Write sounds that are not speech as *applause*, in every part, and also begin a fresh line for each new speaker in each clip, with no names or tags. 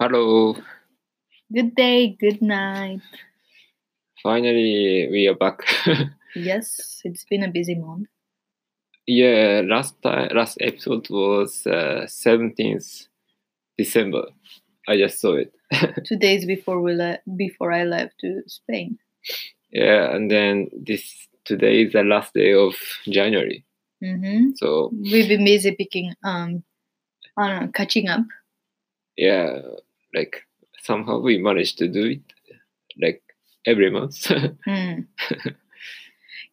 Hello.
Good day, good night.
Finally, we are back. *laughs*
Yes, it's been a busy month.
yeah, last time, last episode was uh, seventeenth December. I just saw it.
Two days before we le- before I left to Spain.
Yeah, and then this today is the last day of January.
hmm
So
We've been busy picking um, I don't know, catching up.
yeah, like somehow we managed to do it, like every month. *laughs*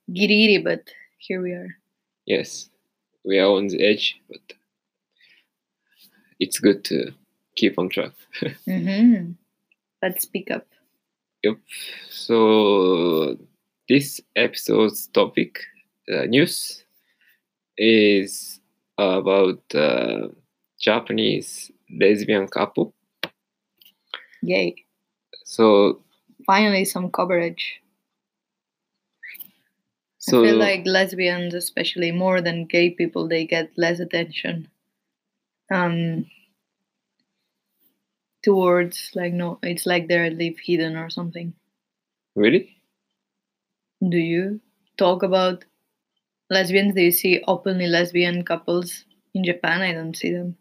Mm. giddy, giddy, but here we are.
yes, we are on the edge, but it's good to keep on track.
hmm Let's pick up.
So this episode's topic, uh, news, is about uh, Japanese lesbian couple.
Yay!
So
Finally, some coverage.
so
I feel like lesbians, especially more than gay people, they get less attention um, towards like no, it's like they're live hidden or something.
really,
Do you talk about lesbians? Do you see openly lesbian couples in Japan? I don't see them.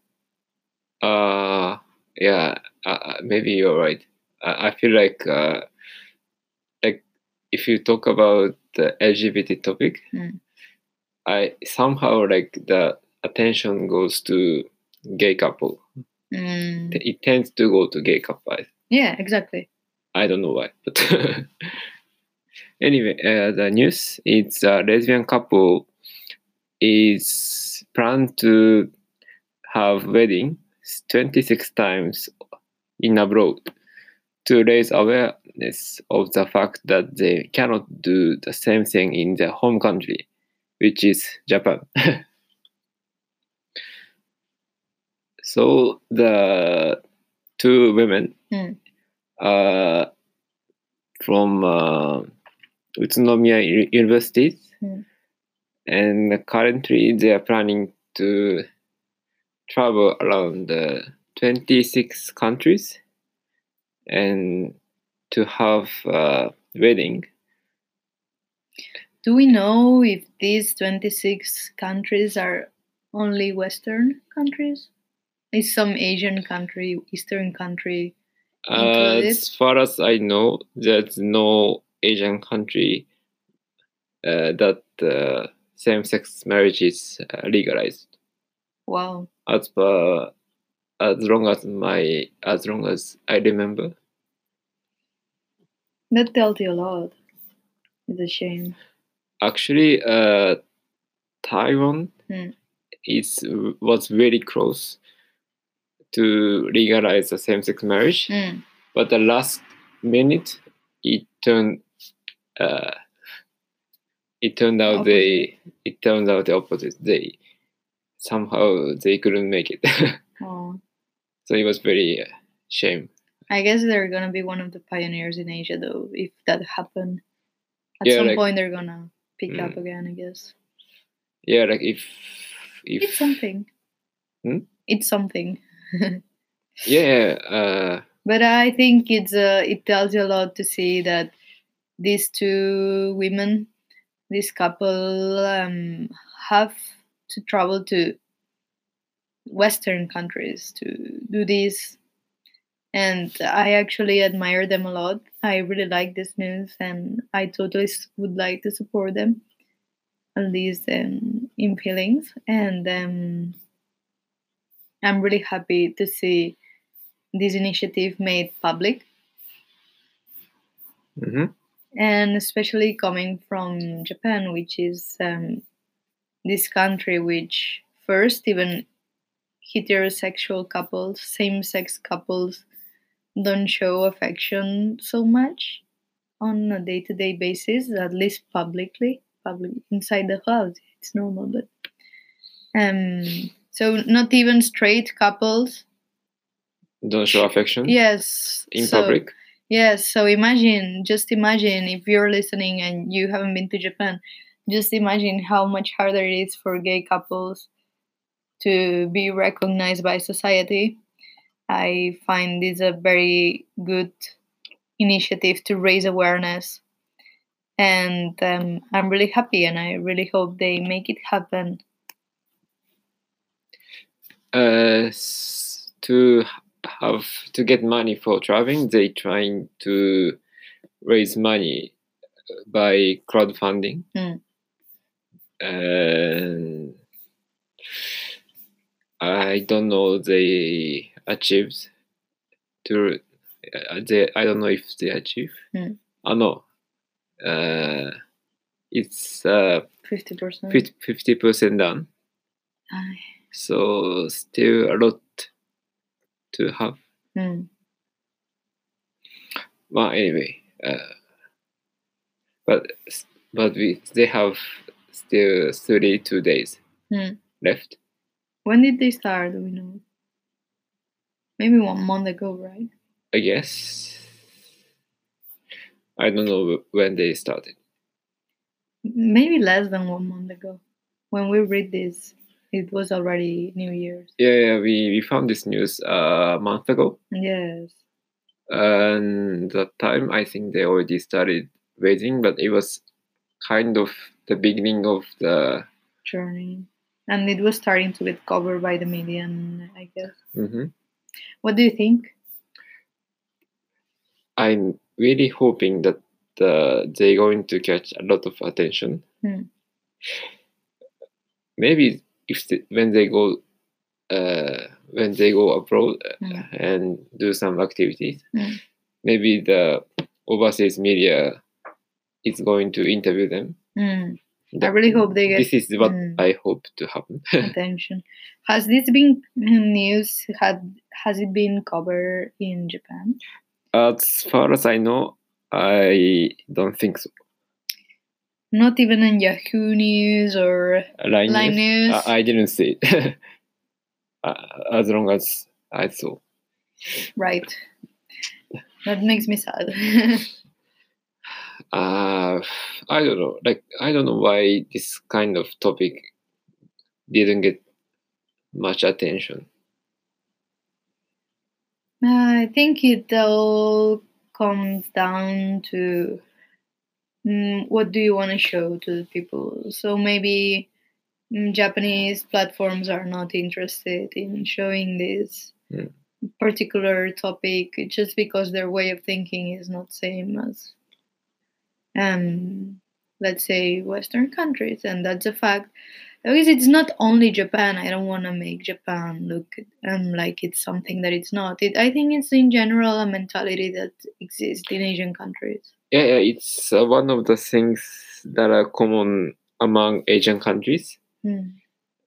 uh, yeah, uh, uh, maybe you're right. I, I feel like uh, like if you talk about the LGBT topic,
Mm.
I somehow like the attention goes to gay couple.
Mm,
t- it tends to go to gay couple. I,
Yeah, exactly.
I don't know why, but *laughs* anyway, uh, the news is a lesbian couple is planned to have wedding 26 times in abroad to raise awareness of the fact that they cannot do the same thing in their home country, which is Japan. *laughs* so the two women
Mm.
uh, from uh, Utsunomiya U- University,
Mm.
and currently they are planning to travel around uh, 26 countries and to have a wedding.
Do we know if these 26 countries are only Western countries? Is some Asian country, Eastern country?
Uh,
Included?
as far as I know, there's no Asian country uh, that uh, same-sex marriage is uh, legalized.
Wow.
as per as long as my as long as I remember.
That tells you a lot. It's a shame.
Actually, uh, Taiwan
Hmm.
is was very close to legalize the same-sex marriage,
Mm.
but the last minute it turned uh, it turned out they it turned out the opposite. They somehow they couldn't make it, *laughs*
Oh.
so it was very uh, shame.
I guess they're gonna be one of the pioneers in Asia, though. If that happened, at
Yeah,
some
like-
point they're gonna pick
Mm.
up again. I guess
Yeah, like if if
it's something.
Hmm?
It's something.
yeah. Uh,
But I think it's uh, it tells you a lot to see that these two women, this couple, um, have to travel to Western countries to do this. And I actually admire them a lot. I really like this news, and I totally s- would like to support them, at least um, in feelings. And um, I'm really happy to see this initiative made public.
mhm.
and especially coming from Japan, which is um, this country which first even heterosexual couples, same-sex couples, don't show affection so much on a day-to-day basis, at least publicly, public inside the house. It's normal, but um, so not even straight couples.
don't show affection
Yes,
in
so-
public.
Yes, so imagine, just imagine if you're listening and you haven't been to Japan, just imagine how much harder it is for gay couples to be recognized by society I find this a very good initiative to raise awareness. And um, I'm really happy and I really hope they make it happen.
Uh, s- to have to get money for traveling, they trying to raise money uh, by crowdfunding.
Mm.
And I don't know they achieved to uh, they I don't know if they achieve.
Mm.
Oh no. Uh, it's uh,
50%.
50 percent done.
Ay.
So still a lot to have.
Mm.
Well, anyway, uh, but but we they have still thirty two days
Hmm.
left.
When did they start? Do we know? Maybe one month ago, right?
I guess. I don't know wh- when they started.
Maybe less than one month ago. When we read this, it was already New Year's.
Yeah, yeah we, we found this news uh, a month ago,
Yes.
and that time I think they already started waiting, but it was kind of the beginning of the.
journey and it was starting to get covered by the media and i guess
Mhm.
what do you think
I'm really hoping that uh, they're going to catch a lot of attention.
Hmm.
Maybe if the, when they go uh, when they go abroad uh,
Hmm.
and do some activities,
Hmm.
maybe the overseas media is going to interview them.
Mm, I
That-
really hope
*laughs*
they get
This is what
Hmm.
I hope to happen.
attention has this been news had has it been covered in japan
As far as I know, I don't think so.
not even in yahoo news or
Line
line
news?
news
I, I didn't see it. *laughs* uh, as long as I saw. *laughs*
right that makes me sad *laughs*
Uh, I don't know. Like I don't know why this kind of topic didn't get much attention.
i think it all comes down to mm, what do you want to show to the people so maybe mm, Japanese platforms are not interested in showing this
Mm.
particular topic just because their way of thinking is not same as um let's say western countries and that's a fact because it's not only japan i don't want to make japan look um like it's something that it's not it, i think it's in general a mentality that exists in asian countries
Yeah, yeah it's uh, one of the things that are common among Asian countries.
Mm.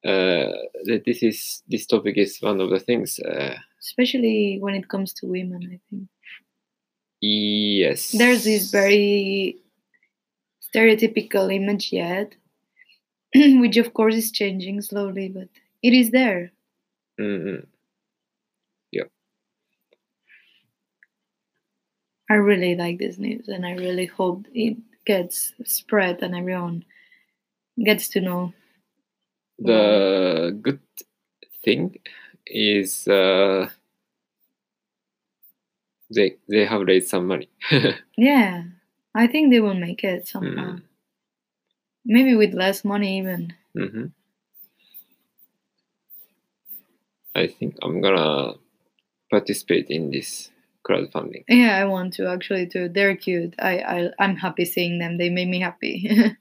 Uh, that this is this topic is one of the things. Uh,
especially when it comes to women i think
yes,
there's this very stereotypical image yet, *clears throat* which of course is changing slowly, but it is there.
Mm-mm.
I really like this news and I really hope it gets spread and everyone gets to know.
The good thing is uh, they they have raised some money.
Yeah, I think they will make it somehow.
Mm.
Maybe with less money, even.
Mm-hmm. I think I'm gonna participate in this crowdfunding.
Yeah, I want to actually too. They're cute. I, I I'm happy seeing them. They make me happy. *laughs*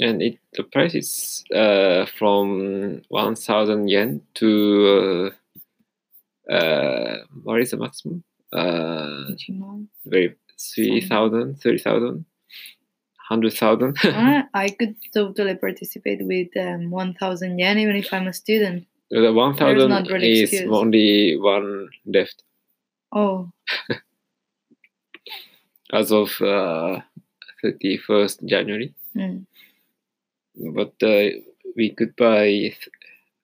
And it the price is uh, from 1,000 yen to uh, uh, what is the maximum? Uh,
Digimon.
very 3,000, 30,000, 100,000.
Uh, I could totally participate with um, 1,000 yen even if I'm a student.
the
not
1,000
really
is
excuse.
only one left
Oh,
as of uh, 31st January.
mm,
but uh, we could buy th-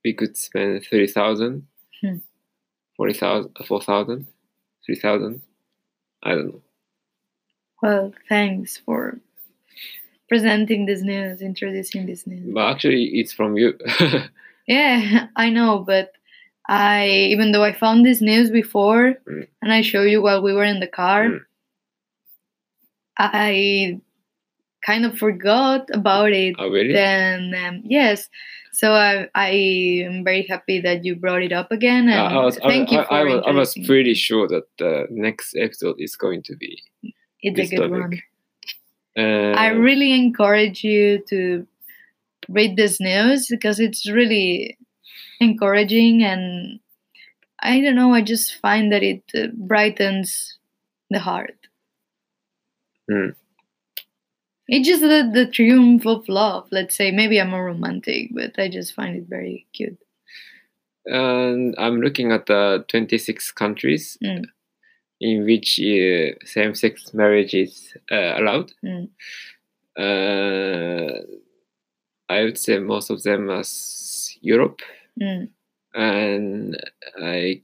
we could spend 30,000
Hmm.
40,000 4,000 3,000 I don't know
well, thanks for presenting this news, introducing this news.
*laughs* but actually it's from you
Yeah, *laughs* I know, but I even though I found these news before
Mm.
and I showed you while we were in the car,
Mm.
I kind of forgot about it.
Oh, really?
Then um, yes, so I I am very happy that you brought it up again,
Uh,
and
I was, I,
thank you
was-
for
I, was, I was
introducing.
pretty sure that the next episode is going to be.
It's a
this
good
topic.
one.
Uh,
I really encourage you to read this news because it's really encouraging and I don't know, I just find that it uh, brightens the heart.
Mm.
It's just the, the triumph of love, let's say. Maybe I'm a romantic, but I just find it very cute.
and I'm looking at the 26 countries
Mm.
in which uh, same-sex marriage is uh, allowed.
Mm.
Uh, I would say most of them as Europe,
Mm,
and I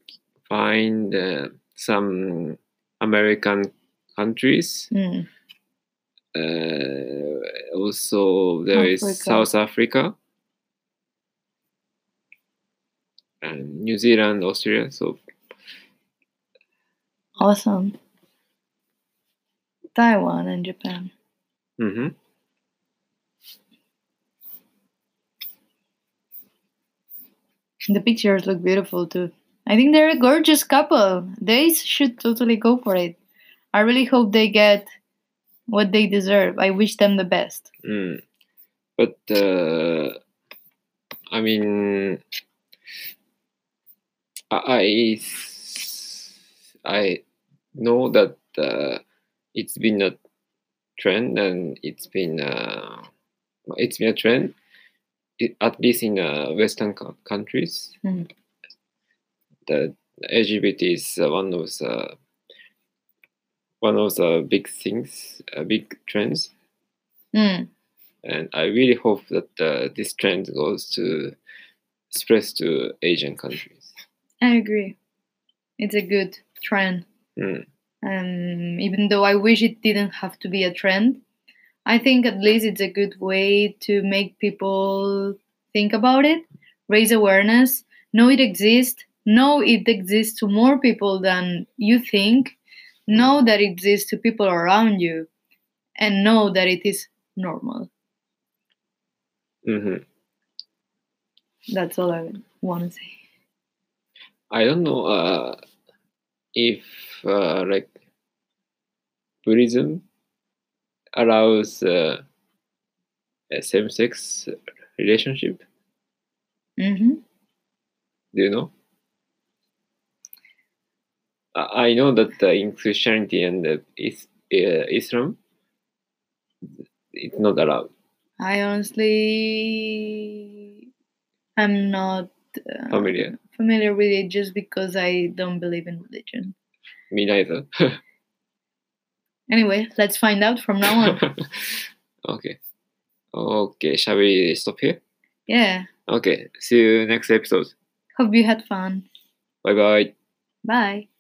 find uh, some American countries.
mm,
Uh, also, there is
Africa.
South Africa. And New Zealand, Australia, so
Awesome. Taiwan and Japan.
Mm-hmm.
The pictures look beautiful too. I think they're a gorgeous couple. They should totally go for it. I really hope they get what they deserve. I wish them the best.
Mm. But uh, I mean, I I I know that uh, it's been a trend, and it's been uh, it's been a trend, i- at least in uh, Western co- countries.
Mm.
The LGBT is uh, one of the one of the big things, uh, big trends
Mm,
and I really hope that uh, this trend goes to spreads to Asian countries.
I agree. It's a good trend.
Mm.
Um, even though I wish it didn't have to be a trend, I think at least it's a good way to make people think about it, raise awareness, know it exists, know it exists to more people than you think, know that it exists to people around you, and know that it is normal.
hmm
That's all I want to say.
I don't know uh, if uh, like Buddhism allows uh, a same-sex relationship.
hmm
Do you know? I I know that uh, in Christianity and uh, is, uh, Islam, it's not allowed.
I honestly am not uh,
Familiar.
familiar with it just because I don't believe in religion.
Me neither.
Anyway, let's find out from now
*laughs*
on.
okay. Okay, shall we stop here?
yeah.
Okay, see you next episode.
Hope you had fun.
Bye bye.
Bye.